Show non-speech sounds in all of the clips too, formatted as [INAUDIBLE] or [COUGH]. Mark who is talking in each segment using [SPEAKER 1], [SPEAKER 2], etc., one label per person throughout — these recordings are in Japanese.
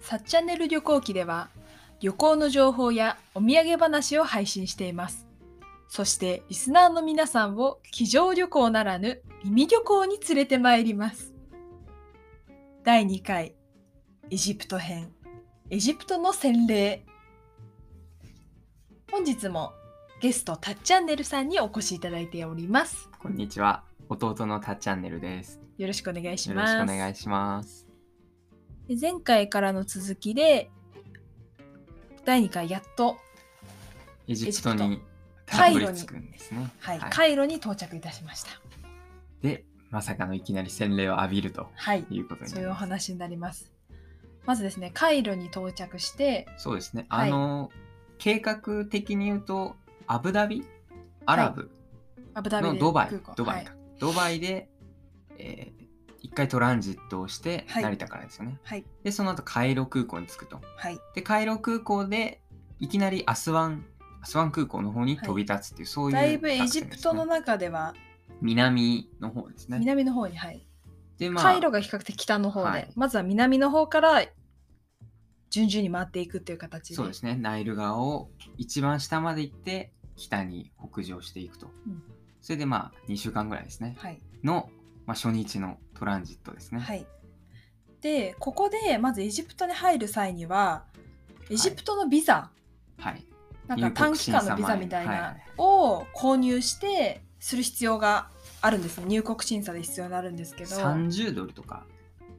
[SPEAKER 1] さっチャンネル旅行記では旅行の情報やお土産話を配信しています。そしてリスナーの皆さんを机上旅行ならぬ耳旅行に連れてまいります。第2回エジプト編エジプトの洗礼本日もゲストたっちゃんねるさんにお越しいただいております。
[SPEAKER 2] こんにちは。弟のたっチャンネルです。
[SPEAKER 1] よろしくお願いし
[SPEAKER 2] よ
[SPEAKER 1] ま
[SPEAKER 2] ろ
[SPEAKER 1] す。
[SPEAKER 2] しくお願いします。
[SPEAKER 1] で前回からの続きで第2回やっと、
[SPEAKER 2] エジプト
[SPEAKER 1] エジ
[SPEAKER 2] に
[SPEAKER 1] カ
[SPEAKER 2] た
[SPEAKER 1] イロ
[SPEAKER 2] ど
[SPEAKER 1] に
[SPEAKER 2] り着くんですね。
[SPEAKER 1] はい
[SPEAKER 2] はい
[SPEAKER 1] カイロに到着いたしました。
[SPEAKER 2] で、まさかのいきなり洗礼を浴びると
[SPEAKER 1] はい、
[SPEAKER 2] いうことに
[SPEAKER 1] そ
[SPEAKER 2] な
[SPEAKER 1] うい
[SPEAKER 2] り
[SPEAKER 1] うお
[SPEAKER 2] ます。
[SPEAKER 1] 話になります。まずですねカイロに到着して
[SPEAKER 2] そうですね。
[SPEAKER 1] は
[SPEAKER 2] あ
[SPEAKER 1] い
[SPEAKER 2] の、計画的に言うと、アブダビアラブ
[SPEAKER 1] アブダビ
[SPEAKER 2] の
[SPEAKER 1] で
[SPEAKER 2] ドバイ、
[SPEAKER 1] 空港
[SPEAKER 2] ドバ
[SPEAKER 1] はい
[SPEAKER 2] イか。ドバイで、えー一回トランジットをして、
[SPEAKER 1] はい
[SPEAKER 2] 成田からですよね。
[SPEAKER 1] はい
[SPEAKER 2] で、その後、カイロ空港に着くと。
[SPEAKER 1] はい
[SPEAKER 2] で、カイロ空港で、いきなりアスワン、アスワン空港の方に飛び立つっていう、そういう
[SPEAKER 1] だいぶエ
[SPEAKER 2] 作
[SPEAKER 1] ジ
[SPEAKER 2] 戦で
[SPEAKER 1] プ
[SPEAKER 2] すね
[SPEAKER 1] トの中では
[SPEAKER 2] 南の方ですね。
[SPEAKER 1] 南の方に、はい
[SPEAKER 2] で、まあ、
[SPEAKER 1] カイロが比較的北の方で、
[SPEAKER 2] はい
[SPEAKER 1] まずは南の方から順々に回っていくっていう形で
[SPEAKER 2] そうですね、ナイル川を一番下まで行って、北に北上していくと。
[SPEAKER 1] うん
[SPEAKER 2] それで、まあ、2週間ぐらいですね、
[SPEAKER 1] はい
[SPEAKER 2] の、まあ、初日のトランジットですね。
[SPEAKER 1] はい、でここでまずエジプトに入る際にはエジプトのビザ、
[SPEAKER 2] はい。
[SPEAKER 1] なんか短期間のビザみたい
[SPEAKER 2] 入国審査前
[SPEAKER 1] な
[SPEAKER 2] にはい
[SPEAKER 1] を購入してする必要があるんですね入国審査で必要になるんですけど
[SPEAKER 2] 30ドルとか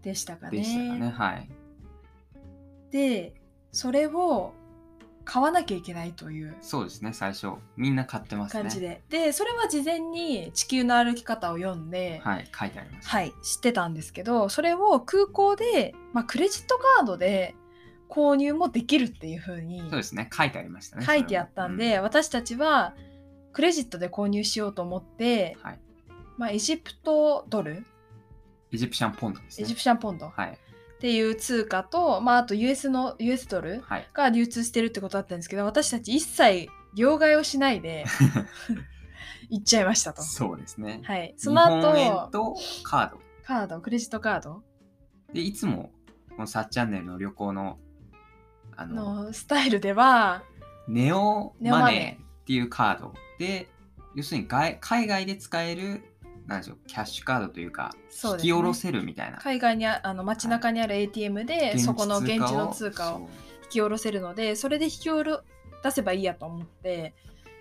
[SPEAKER 1] でしたかね
[SPEAKER 2] でしたかね。はい。
[SPEAKER 1] でそれを買わなきゃいけないという
[SPEAKER 2] そうですね、最初、みんな買ってますね。
[SPEAKER 1] 感じで、でそれは事前に「地球の歩き方」を読んで、はい
[SPEAKER 2] はい、書いてあります。
[SPEAKER 1] 知ってたんですけどそれを空港で、まあ、クレジットカードで購入もできるっていう風に
[SPEAKER 2] そうですね、書いてありましたね。
[SPEAKER 1] 書いてあったん
[SPEAKER 2] それ
[SPEAKER 1] で、
[SPEAKER 2] も、
[SPEAKER 1] 私たちはクレジットで購入しようと思って
[SPEAKER 2] うん、はい。
[SPEAKER 1] まあ、エジプトドル、
[SPEAKER 2] エジプシャンポンドです
[SPEAKER 1] エ
[SPEAKER 2] ね。
[SPEAKER 1] ジプシャンポンドっ
[SPEAKER 2] はい。
[SPEAKER 1] ていう通貨と、まあ、あと US の US ドル
[SPEAKER 2] はい。
[SPEAKER 1] が流通してるってことだったんですけど私たち一切両替をしない
[SPEAKER 2] [LAUGHS]
[SPEAKER 1] で行っちゃいましたと。
[SPEAKER 2] そうですね。
[SPEAKER 1] はい、その
[SPEAKER 2] 日本円
[SPEAKER 1] 後
[SPEAKER 2] とカード。
[SPEAKER 1] カードクレジットカード
[SPEAKER 2] でいつもこのさっチャンネルの旅行のあの
[SPEAKER 1] のスタイルでは
[SPEAKER 2] ネオ
[SPEAKER 1] ネオマ
[SPEAKER 2] マ
[SPEAKER 1] ネ
[SPEAKER 2] ネーっていうカードで要するに外海外で使えるなんでしょうキャッシュカードというか
[SPEAKER 1] そう
[SPEAKER 2] 引
[SPEAKER 1] ですね
[SPEAKER 2] き下ろせるみたいな、
[SPEAKER 1] 海外にああの街中にある ATM でそこの現地の通貨を
[SPEAKER 2] そう
[SPEAKER 1] 引き下ろせるのでそれで引き下ろ出せばいいやと思って、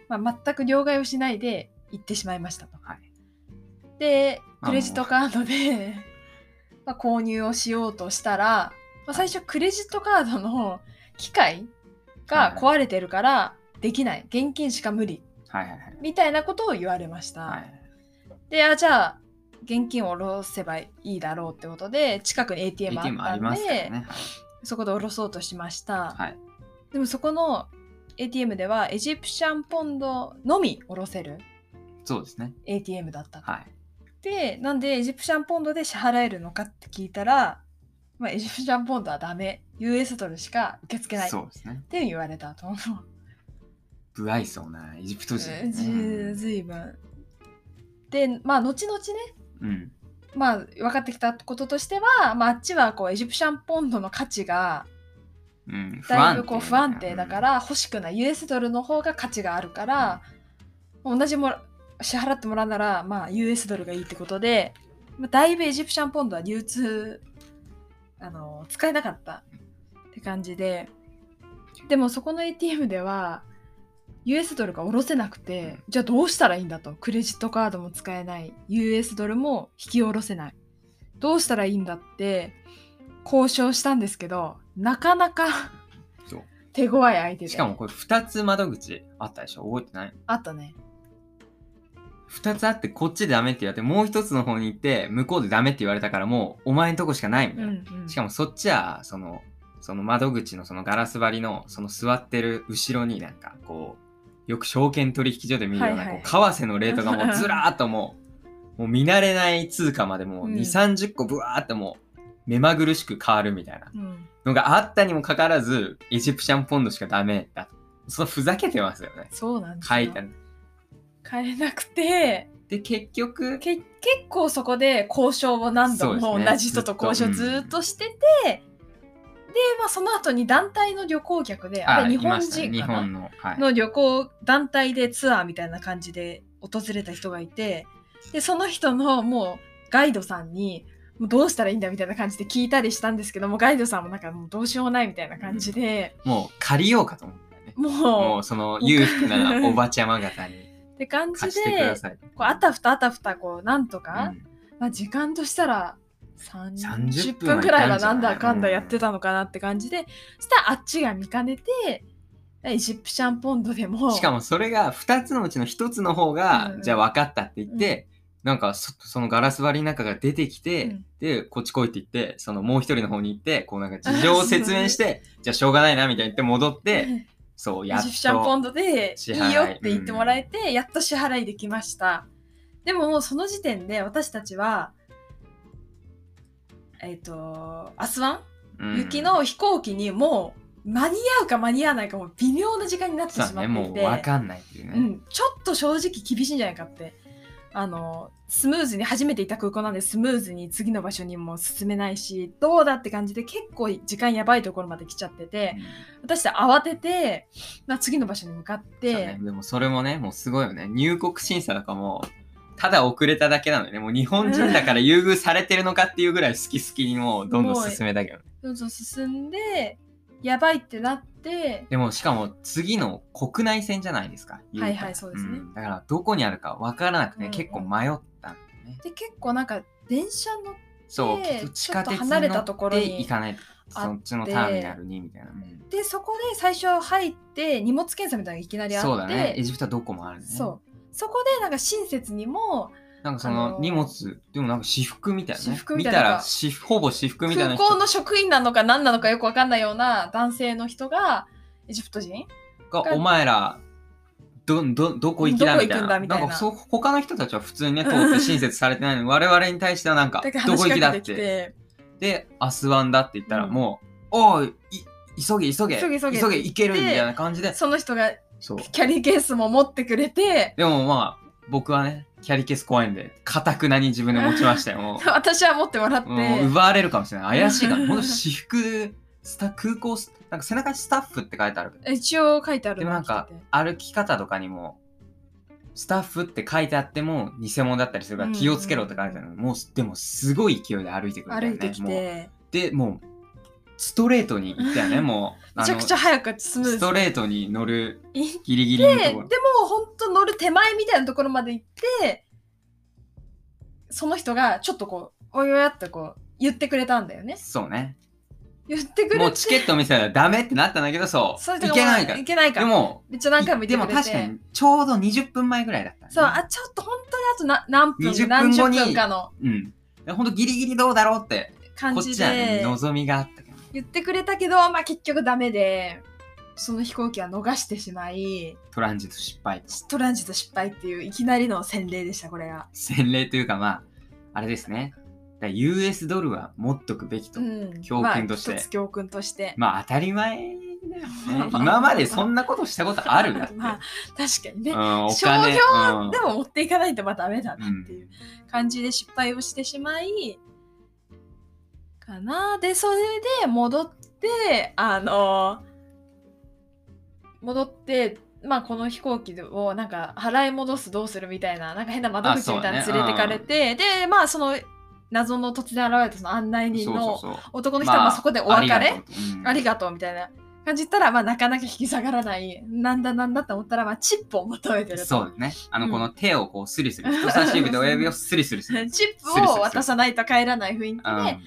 [SPEAKER 1] まあ、全く両替をしないで行ってしまいましたと。
[SPEAKER 2] はい
[SPEAKER 1] で
[SPEAKER 2] まあ
[SPEAKER 1] クレジットカードで、まあ、購入をしようとしたら、まあ、最初クレジットカードの機械が壊れてるからできない現金しか無理
[SPEAKER 2] はいはいはい
[SPEAKER 1] みたいなことを言われました。
[SPEAKER 2] はい
[SPEAKER 1] であじゃあ現金を下ろせばいいだろうってことで近くに ATM あ
[SPEAKER 2] ATM あ
[SPEAKER 1] っ
[SPEAKER 2] り
[SPEAKER 1] たん
[SPEAKER 2] ます
[SPEAKER 1] で、
[SPEAKER 2] からね
[SPEAKER 1] そこで下ろそうとしました。
[SPEAKER 2] はい、はい、
[SPEAKER 1] でもそこの ATM ではエジプシャンポンドのみ下ろせる
[SPEAKER 2] そうですね
[SPEAKER 1] ATM だったっ
[SPEAKER 2] はい
[SPEAKER 1] て、なんでエジプシャンポンドで支払えるのかって聞いたら、まあ、エジプシャンポンドはダメ US ドルしか受け付けないっ
[SPEAKER 2] そうですね
[SPEAKER 1] て言われたと思う
[SPEAKER 2] 不愛想なエジプト人、ね、
[SPEAKER 1] ずずいぶんでまあ後々ね
[SPEAKER 2] うん
[SPEAKER 1] まあ分かってきたこととしては、まあ、あっちはこうエジプシャンポンドの価値が
[SPEAKER 2] うん、
[SPEAKER 1] だいぶこう不安定だか、ら欲しくない US ドルの方が価値があるから、同じもら支払ってもらうなら、まあ、US ドルがいいってことで、まあ、だいぶエジプシャンポンドは流通あの使えなかったって感じででもそこの ATM では US ドルが下ろせなくて、
[SPEAKER 2] うん
[SPEAKER 1] じゃあどうしたらいいんだとクレジットカードも使えない US ドルも引き下ろせないどうしたらいいんだって交渉したんですけどなかなか
[SPEAKER 2] うんそう
[SPEAKER 1] 手強い相手で
[SPEAKER 2] しかもこれ2つ窓口あったでしょ覚えてない
[SPEAKER 1] あったね
[SPEAKER 2] 2つあってこっちでダメって言われてもう1つの方に行って向こうでダメって言われたからもうお前んとこしかないみたいな、しか
[SPEAKER 1] も
[SPEAKER 2] もそっちはそのその窓口のそのガラス張りのその座ってる後ろになんかこうよく証券取引所で見るような、
[SPEAKER 1] はいはい
[SPEAKER 2] こう為替のレートがもうずらーっとも
[SPEAKER 1] [LAUGHS]
[SPEAKER 2] うもう見慣れない通貨までもう2、
[SPEAKER 1] うん
[SPEAKER 2] 30個ブワーってもう目まぐるしく変わるみたいな
[SPEAKER 1] うん
[SPEAKER 2] のがあったにもかかわらずエジプシャンポンドしかダメだとそのふざけてますよね
[SPEAKER 1] そうなんですよ
[SPEAKER 2] 書いてある
[SPEAKER 1] 買えなくて
[SPEAKER 2] で結局
[SPEAKER 1] け結構そこで交渉を何度
[SPEAKER 2] そうです
[SPEAKER 1] も
[SPEAKER 2] ね
[SPEAKER 1] 同じ人と交渉
[SPEAKER 2] ずっと
[SPEAKER 1] ずっとしてて、まあ、その後に団体の旅行客で、あ
[SPEAKER 2] あ
[SPEAKER 1] れ日本
[SPEAKER 2] いましたね
[SPEAKER 1] 人
[SPEAKER 2] 日
[SPEAKER 1] かな、
[SPEAKER 2] 本の、はい、
[SPEAKER 1] の旅行団体でツアーみたいな感じで訪れた人がいて、で、その人のもうガイドさんに、もうどうしたらいいんだみたいな感じで聞いたりしたんですけども、ガイドさんもなんかもうどうしようもないみたいな感じで、
[SPEAKER 2] もう借りようかと思ったよね。も
[SPEAKER 1] も
[SPEAKER 2] うその裕福
[SPEAKER 1] [LAUGHS]
[SPEAKER 2] なおばちゃま方に
[SPEAKER 1] う、って感じ
[SPEAKER 2] 貸してくだ
[SPEAKER 1] で、
[SPEAKER 2] さい。
[SPEAKER 1] こうあたふたあたふたこうなんと
[SPEAKER 2] う
[SPEAKER 1] か、
[SPEAKER 2] ん
[SPEAKER 1] まあ、時間としたら
[SPEAKER 2] 30
[SPEAKER 1] 30
[SPEAKER 2] 分
[SPEAKER 1] 分くらいはなんだ
[SPEAKER 2] はいたんじゃない
[SPEAKER 1] かんだやってたのかなって感じで、そしたらあっちが見かねてエジプシャンポンドでも
[SPEAKER 2] しかもそれが2つのうちの1つの方が、
[SPEAKER 1] うん
[SPEAKER 2] じゃあ分かったって言って、なんかそそのガラス張りの中が出てきて、
[SPEAKER 1] うん
[SPEAKER 2] でこっち来いって言ってそのもう一人の方に
[SPEAKER 1] [LAUGHS]
[SPEAKER 2] 行ってこうなんか事情を説明してじゃあしょうがないなみたいに言って戻って
[SPEAKER 1] [LAUGHS] エ
[SPEAKER 2] そうやっ
[SPEAKER 1] ジプシャンポン
[SPEAKER 2] と
[SPEAKER 1] ドで
[SPEAKER 2] 支
[SPEAKER 1] い
[SPEAKER 2] 払い
[SPEAKER 1] いよって言ってもらえて、やっと支払いできましたでももうその時点で私たちはえっ、とアスワン
[SPEAKER 2] うん
[SPEAKER 1] 雪の飛行機にもう間に合うか間に合わないかもう微妙な時間になってし
[SPEAKER 2] そ
[SPEAKER 1] ま
[SPEAKER 2] う
[SPEAKER 1] っていて、
[SPEAKER 2] だねもう分かんないっていうね、
[SPEAKER 1] うん、ちょっと正直厳しいんじゃないかってあのスムーズに初めていた空港なんでスムーズに次の場所にも進めないしどうだって感じで結構時間やばいところまで来ちゃってて
[SPEAKER 2] うん
[SPEAKER 1] 私たち慌てて、まあ、次の場所に向かっ
[SPEAKER 2] そう
[SPEAKER 1] て、
[SPEAKER 2] だねでもそれもねもうすごいよね入国審査とかもただ遅れただけなのよねもう日本人だから優遇されてるのかっていうぐらい好き好きにもうどんどん進めたけどね
[SPEAKER 1] どんどん進んでやばいってなって
[SPEAKER 2] でもしかも次の国内線じゃないですか。言うたら
[SPEAKER 1] はいはいそうですね
[SPEAKER 2] んだからどこにあるか分からなくて、
[SPEAKER 1] うんうん
[SPEAKER 2] 結構迷ったんだよね。
[SPEAKER 1] で結構なんか電車乗っ
[SPEAKER 2] そう、
[SPEAKER 1] で
[SPEAKER 2] 地
[SPEAKER 1] ちょっ
[SPEAKER 2] 下鉄
[SPEAKER 1] と
[SPEAKER 2] に
[SPEAKER 1] 離れ
[SPEAKER 2] 乗
[SPEAKER 1] たとこ
[SPEAKER 2] っ
[SPEAKER 1] ろ
[SPEAKER 2] て
[SPEAKER 1] に
[SPEAKER 2] 行かないと
[SPEAKER 1] あって
[SPEAKER 2] そっちのターミナルにみたいな。うん
[SPEAKER 1] てそこで最初入って荷物検査みたいなのがいきなりあって
[SPEAKER 2] そうだね。エジプトはどこもあるね。
[SPEAKER 1] そうそこでなんか親切にも
[SPEAKER 2] なんかそ
[SPEAKER 1] あ
[SPEAKER 2] の
[SPEAKER 1] のー
[SPEAKER 2] 荷物、でもなんか私服みたいなね。
[SPEAKER 1] 私服みたいな
[SPEAKER 2] 見たら私服ほぼ私服みたいな
[SPEAKER 1] 空
[SPEAKER 2] 人
[SPEAKER 1] 港の職員なのか何なのかよくわかんないような男性の人がエジプト人
[SPEAKER 2] がお前らどどどこ行きだみたい
[SPEAKER 1] どこ行くん
[SPEAKER 2] な。
[SPEAKER 1] だみたいな
[SPEAKER 2] なんかそう他の人たちは普通にね通って親切されてないのに我々に対してはなんか
[SPEAKER 1] だから
[SPEAKER 2] ど
[SPEAKER 1] 話
[SPEAKER 2] こ
[SPEAKER 1] し
[SPEAKER 2] 行
[SPEAKER 1] か
[SPEAKER 2] きだっ
[SPEAKER 1] けて
[SPEAKER 2] て
[SPEAKER 1] き。て
[SPEAKER 2] で、アスワンだって言ったら
[SPEAKER 1] うん
[SPEAKER 2] もう、おい、い急げ急げ
[SPEAKER 1] 急げ急げ
[SPEAKER 2] 急げ行けるみ
[SPEAKER 1] で
[SPEAKER 2] たいな感じで、
[SPEAKER 1] その人が
[SPEAKER 2] そう。
[SPEAKER 1] キャリーケースも持ってくれて
[SPEAKER 2] でもまあ、僕はね、キャリケース怖いんで、かたくなに自分で持ちましたよ。も
[SPEAKER 1] 私は持ってもらっ
[SPEAKER 2] う、
[SPEAKER 1] て
[SPEAKER 2] もう奪われるかもしれない。怪しいから、もう私服、スタ空港ス、なんか背中にスタッフって書いてあるけど、
[SPEAKER 1] 一応書いてある
[SPEAKER 2] でもなんか歩き方とかにも、スタッフって書いてあっても偽物だったりするから気をつけろって書いてあるの、もうでもすごい勢いで歩いてくるんだよ
[SPEAKER 1] 歩
[SPEAKER 2] ね
[SPEAKER 1] いてき
[SPEAKER 2] もう
[SPEAKER 1] て
[SPEAKER 2] でもうストレートに行った
[SPEAKER 1] [LAUGHS]
[SPEAKER 2] よねもう
[SPEAKER 1] めちゃくちゃ早くスムー
[SPEAKER 2] ス
[SPEAKER 1] ズ
[SPEAKER 2] トレートに乗る
[SPEAKER 1] に行って
[SPEAKER 2] ギリギリの
[SPEAKER 1] で
[SPEAKER 2] と
[SPEAKER 1] も
[SPEAKER 2] ころ
[SPEAKER 1] 本当乗る手前みたいなところまで行ってその人がちょっとこうおよやってこう言ってくれたんだよね
[SPEAKER 2] そうね
[SPEAKER 1] 言ってくれて
[SPEAKER 2] もうチケット見せたらダメってなったんだけどそう
[SPEAKER 1] それと
[SPEAKER 2] 行
[SPEAKER 1] も
[SPEAKER 2] けないから
[SPEAKER 1] 行けないから
[SPEAKER 2] でも
[SPEAKER 1] めっちゃ何回も
[SPEAKER 2] で
[SPEAKER 1] 言っ
[SPEAKER 2] も
[SPEAKER 1] てくれて
[SPEAKER 2] 確かにちょうど20分前ぐらいだった、ね、
[SPEAKER 1] そう、あ、ちょっと本当にあとな何分、
[SPEAKER 2] 20
[SPEAKER 1] 何十
[SPEAKER 2] 分後に
[SPEAKER 1] 分かの
[SPEAKER 2] うんほんとギリギリどうだろうって
[SPEAKER 1] 感
[SPEAKER 2] こっ
[SPEAKER 1] じ
[SPEAKER 2] ちはね
[SPEAKER 1] で
[SPEAKER 2] 望みがあったけど
[SPEAKER 1] 言ってくれたけど、まあ結局ダメで、その飛行機は逃してしまい、
[SPEAKER 2] トランジット失敗
[SPEAKER 1] トランジット失敗っていういきなりの洗礼でした、これが。
[SPEAKER 2] 洗礼というかまああれですねだから US ドルは持っとくべきと、
[SPEAKER 1] うん。
[SPEAKER 2] 教訓として
[SPEAKER 1] まあ、一つ教訓として。
[SPEAKER 2] まあ当たり前だよね
[SPEAKER 1] [LAUGHS]
[SPEAKER 2] 今までそんなことしたことあるだって、
[SPEAKER 1] まあ確かにね。
[SPEAKER 2] うん、お
[SPEAKER 1] 商
[SPEAKER 2] 金
[SPEAKER 1] 業
[SPEAKER 2] うん
[SPEAKER 1] でも持っていかないとまあダメだなっていう感じで失敗をしてしまい、かな。で、それで戻って、あの、戻って、まあこの飛行機をなんか払い戻すどうするみたいな、なんか変な窓口みたいなの
[SPEAKER 2] あそうね
[SPEAKER 1] 連れてかれて、で、まあその謎の突然現れたその案内人の
[SPEAKER 2] そうそう
[SPEAKER 1] 男の人はまあそこでお別れ、
[SPEAKER 2] ありがとううん
[SPEAKER 1] ありがとうみたいな感じ言ったら、まあ、なかなか引き下がらない、なんだなんだって思ったら、まあ、チップを求めてると。
[SPEAKER 2] そうですね。あの、
[SPEAKER 1] うん
[SPEAKER 2] この手をこうスリスリ、人差し指と親指をスリス
[SPEAKER 1] [LAUGHS]
[SPEAKER 2] リする。
[SPEAKER 1] チップを渡さないと帰らない雰囲気で、
[SPEAKER 2] うん
[SPEAKER 1] まあで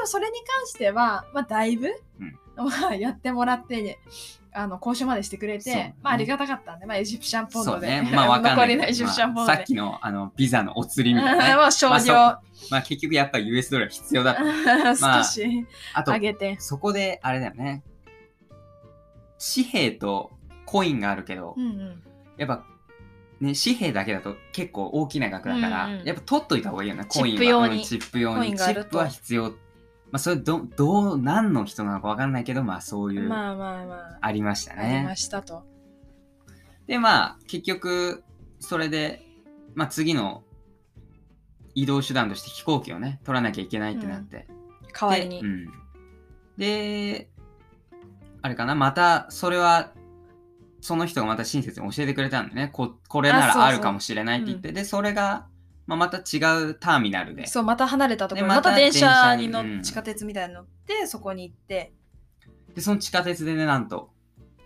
[SPEAKER 1] もそれに関しては、まあ、だいぶ、まあ、やってもらって、あの交渉までしてくれて、
[SPEAKER 2] そうね
[SPEAKER 1] まあありがたかったんで、まあ、エジプシャンポン
[SPEAKER 2] そ
[SPEAKER 1] ド
[SPEAKER 2] う
[SPEAKER 1] で、
[SPEAKER 2] ね。
[SPEAKER 1] [LAUGHS]
[SPEAKER 2] まあわかんな
[SPEAKER 1] 残
[SPEAKER 2] いけ
[SPEAKER 1] り
[SPEAKER 2] ど。
[SPEAKER 1] のエジプシャンポン
[SPEAKER 2] ま
[SPEAKER 1] ド
[SPEAKER 2] あさ
[SPEAKER 1] で。
[SPEAKER 2] っきのあのビザのお釣りみたいな、
[SPEAKER 1] [LAUGHS]
[SPEAKER 2] ね。
[SPEAKER 1] まあ、少量、
[SPEAKER 2] まあ結局やっぱ US ドルは必要だと。ま
[SPEAKER 1] [LAUGHS]
[SPEAKER 2] あ
[SPEAKER 1] 少し
[SPEAKER 2] あと
[SPEAKER 1] 上、げて。
[SPEAKER 2] そこであれだよね。紙幣とコインがあるけど、
[SPEAKER 1] うんうん、
[SPEAKER 2] やっぱ、ね、紙幣だけだと結構大きな額だから、
[SPEAKER 1] うんうん
[SPEAKER 2] やっぱ取っといた方がいいよね、コイン
[SPEAKER 1] チッ
[SPEAKER 2] は。
[SPEAKER 1] プ用に
[SPEAKER 2] うんチップ用に。
[SPEAKER 1] コイン
[SPEAKER 2] チ
[SPEAKER 1] がある
[SPEAKER 2] ッ
[SPEAKER 1] と
[SPEAKER 2] プは必要。まあそれど、どう、何の人なのかわかんないけど、まあそういう。
[SPEAKER 1] まあまあまあ、
[SPEAKER 2] ありました
[SPEAKER 1] ありま
[SPEAKER 2] ね。
[SPEAKER 1] したと。
[SPEAKER 2] でまあ結局それで、まあ、次の移動手段として飛行機をね取らなきゃいけないってなって、
[SPEAKER 1] 代わりに。
[SPEAKER 2] でうんで、あれかな、またそれは、その人がまた親切に教えてくれたんでね、ここれな
[SPEAKER 1] あそうそう
[SPEAKER 2] らあるかもしれないって言って、で、それが、まあ、また違うターミナルで、
[SPEAKER 1] そうまた離れたところ
[SPEAKER 2] で
[SPEAKER 1] また
[SPEAKER 2] また
[SPEAKER 1] 電車に乗
[SPEAKER 2] 電車にう
[SPEAKER 1] っ
[SPEAKER 2] ん
[SPEAKER 1] 地下鉄みたいに乗ってそこに行って
[SPEAKER 2] で、その地下鉄でね、なんと、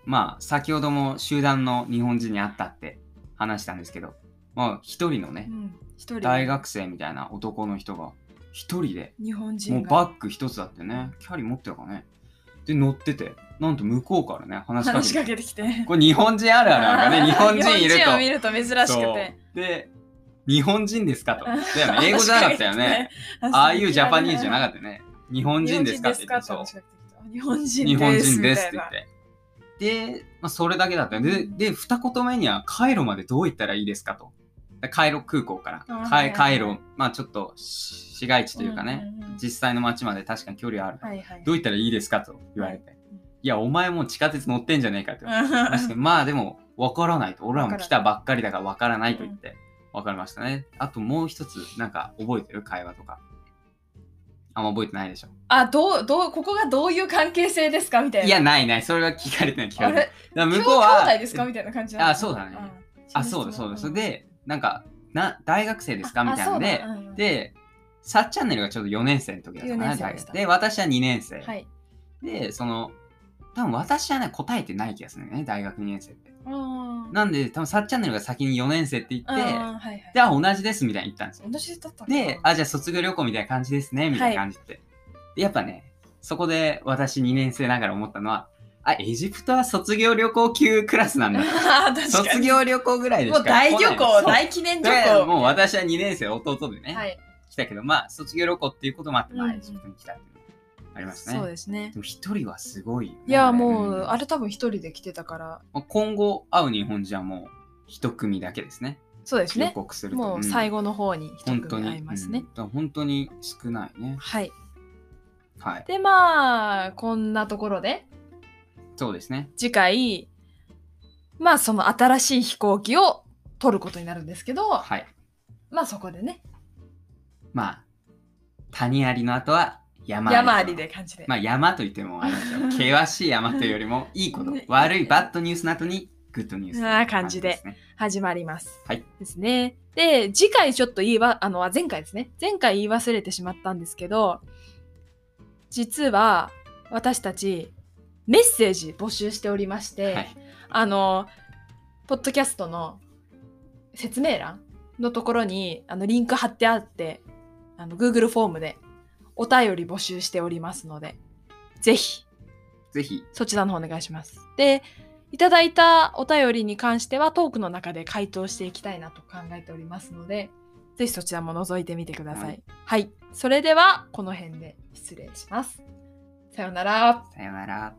[SPEAKER 2] まあ、先ほども集団の日本人に会ったって話したんですけど、まあ、一人の
[SPEAKER 1] う
[SPEAKER 2] ね、
[SPEAKER 1] ん一人で
[SPEAKER 2] 大学生みたいな男の人が、一人で、
[SPEAKER 1] 日本
[SPEAKER 2] もう
[SPEAKER 1] 人が
[SPEAKER 2] バッグ一つだってね、キャリー持ってるかね。で、乗ってて、なんと向こうからね、話しか
[SPEAKER 1] 話
[SPEAKER 2] け
[SPEAKER 1] してかけてきて
[SPEAKER 2] これ日本人あるあるなんかね日本人い
[SPEAKER 1] [LAUGHS]
[SPEAKER 2] る
[SPEAKER 1] 日
[SPEAKER 2] と
[SPEAKER 1] を見ると珍しく
[SPEAKER 2] そう
[SPEAKER 1] て
[SPEAKER 2] で日本人ですかとだよね英語じゃなかった
[SPEAKER 1] [LAUGHS]
[SPEAKER 2] よねあ
[SPEAKER 1] あ
[SPEAKER 2] あいうジャパニーズじゃなか
[SPEAKER 1] っ
[SPEAKER 2] ったよね日本人ですかって言ってそう
[SPEAKER 1] 日本人
[SPEAKER 2] 日本人ですって
[SPEAKER 1] み
[SPEAKER 2] 言
[SPEAKER 1] たいな
[SPEAKER 2] ってで、まあ、それだけだったよでで二言目にはカイロまでどう行ったらいいですかとだカイロ空港か
[SPEAKER 1] あ
[SPEAKER 2] ら
[SPEAKER 1] ー
[SPEAKER 2] カ
[SPEAKER 1] はい
[SPEAKER 2] イ
[SPEAKER 1] は
[SPEAKER 2] カ
[SPEAKER 1] い
[SPEAKER 2] イロまあちょっと市街地というかね、
[SPEAKER 1] んうんうん
[SPEAKER 2] 実際の街まで確かに距離はある、
[SPEAKER 1] はいはい
[SPEAKER 2] どう行ったらいいですかと言われて、いやお前もう地下鉄乗ってんじゃねえかと [LAUGHS] 確かにまあでも分からないと俺らも来たばっかりだから分からないと言って分かりましたねあともう一つなんか覚えてる会話とかあんま覚えてないでしょ
[SPEAKER 1] あどうどうここがどういう関係性ですかみたいない
[SPEAKER 2] やないないそれは聞かれてない聞か
[SPEAKER 1] あ
[SPEAKER 2] れてない
[SPEAKER 1] れ
[SPEAKER 2] だか
[SPEAKER 1] 向
[SPEAKER 2] ら向
[SPEAKER 1] こ
[SPEAKER 2] こ
[SPEAKER 1] う
[SPEAKER 2] う
[SPEAKER 1] は
[SPEAKER 2] は
[SPEAKER 1] 兄弟ですかみたいな感じなの
[SPEAKER 2] あそうだねあそうだそうだそれでなんかな大学生ですかみたいなんで、
[SPEAKER 1] で
[SPEAKER 2] でさっチャンネルがちょうど4年生の時だったか
[SPEAKER 1] 4
[SPEAKER 2] な
[SPEAKER 1] 年生でした
[SPEAKER 2] で私は2年生、
[SPEAKER 1] はい
[SPEAKER 2] でその多分私はね答えてない気がするんだよね大学2年生って
[SPEAKER 1] な
[SPEAKER 2] なんで多分さっチャンネルが先に4年生って言って、
[SPEAKER 1] はいはい
[SPEAKER 2] で、あ、同じですみたいに言ったんですよ。
[SPEAKER 1] 同じだったのかな
[SPEAKER 2] で、あ、じゃあ卒業旅行みたいな感じですね、みたいな感じって。でやっぱね、そこで私2年生ながら思ったのは、あ、エジプトは卒業旅行級クラスなんだ。
[SPEAKER 1] あー [LAUGHS] 確か
[SPEAKER 2] 卒
[SPEAKER 1] に
[SPEAKER 2] 業旅行ぐらいでし
[SPEAKER 1] もう
[SPEAKER 2] か
[SPEAKER 1] 大旅
[SPEAKER 2] 来ない
[SPEAKER 1] 行
[SPEAKER 2] そう
[SPEAKER 1] 大記念旅
[SPEAKER 2] だから
[SPEAKER 1] 行
[SPEAKER 2] もう私は2年生弟でね、
[SPEAKER 1] はい
[SPEAKER 2] 来たけど、まあ卒業旅行っていうこともあって、ま
[SPEAKER 1] う
[SPEAKER 2] あ
[SPEAKER 1] ん
[SPEAKER 2] エジプトに来たっていうのもありますね。
[SPEAKER 1] そうですね
[SPEAKER 2] でも一人はすごいよね、
[SPEAKER 1] いや
[SPEAKER 2] れ
[SPEAKER 1] もうんあれ多分一人で来てたから
[SPEAKER 2] まあ今後会う日本人はもう一組だけですね。
[SPEAKER 1] そうです
[SPEAKER 2] 予
[SPEAKER 1] ね
[SPEAKER 2] 告すると。
[SPEAKER 1] もう
[SPEAKER 2] 後
[SPEAKER 1] 最後の方に一
[SPEAKER 2] 本当
[SPEAKER 1] 組
[SPEAKER 2] に
[SPEAKER 1] 会いますね
[SPEAKER 2] うんだから本当に少ないね。
[SPEAKER 1] はい
[SPEAKER 2] はい。
[SPEAKER 1] でまあこんなところで
[SPEAKER 2] そうですね。
[SPEAKER 1] 次回まあその新しい飛行機を取ることになるんですけど
[SPEAKER 2] はい。
[SPEAKER 1] まあそこでね
[SPEAKER 2] まあ、谷ありの後は山あり。
[SPEAKER 1] 山ありで。感じで
[SPEAKER 2] まあ、山といってもあれですよ。
[SPEAKER 1] [LAUGHS]
[SPEAKER 2] 険しい山というよりも、いいこと
[SPEAKER 1] ね、
[SPEAKER 2] 悪いバッドニュースの後に、グッドニュース。
[SPEAKER 1] あー感じで
[SPEAKER 2] ですね。
[SPEAKER 1] 始まります。
[SPEAKER 2] はい
[SPEAKER 1] ですね。で次回ちょっと言いわあのあ前回ですね前回言い忘れてしまったんですけど実は私たちメッセージ募集しておりまして、
[SPEAKER 2] はい。
[SPEAKER 1] あのポッドキャストの説明欄のところにあのリンク貼ってあってあの Google フォームでお便り募集しておりますのでぜひ
[SPEAKER 2] ぜひ、
[SPEAKER 1] そちらの方お願いします。で、いただいたお便りに関してはトークの中で回答していきたいなと考えておりますので、ぜひそちらも覗いてみてください。は
[SPEAKER 2] はいい。
[SPEAKER 1] それでは、この辺で失礼します。さようなら。
[SPEAKER 2] さよなら。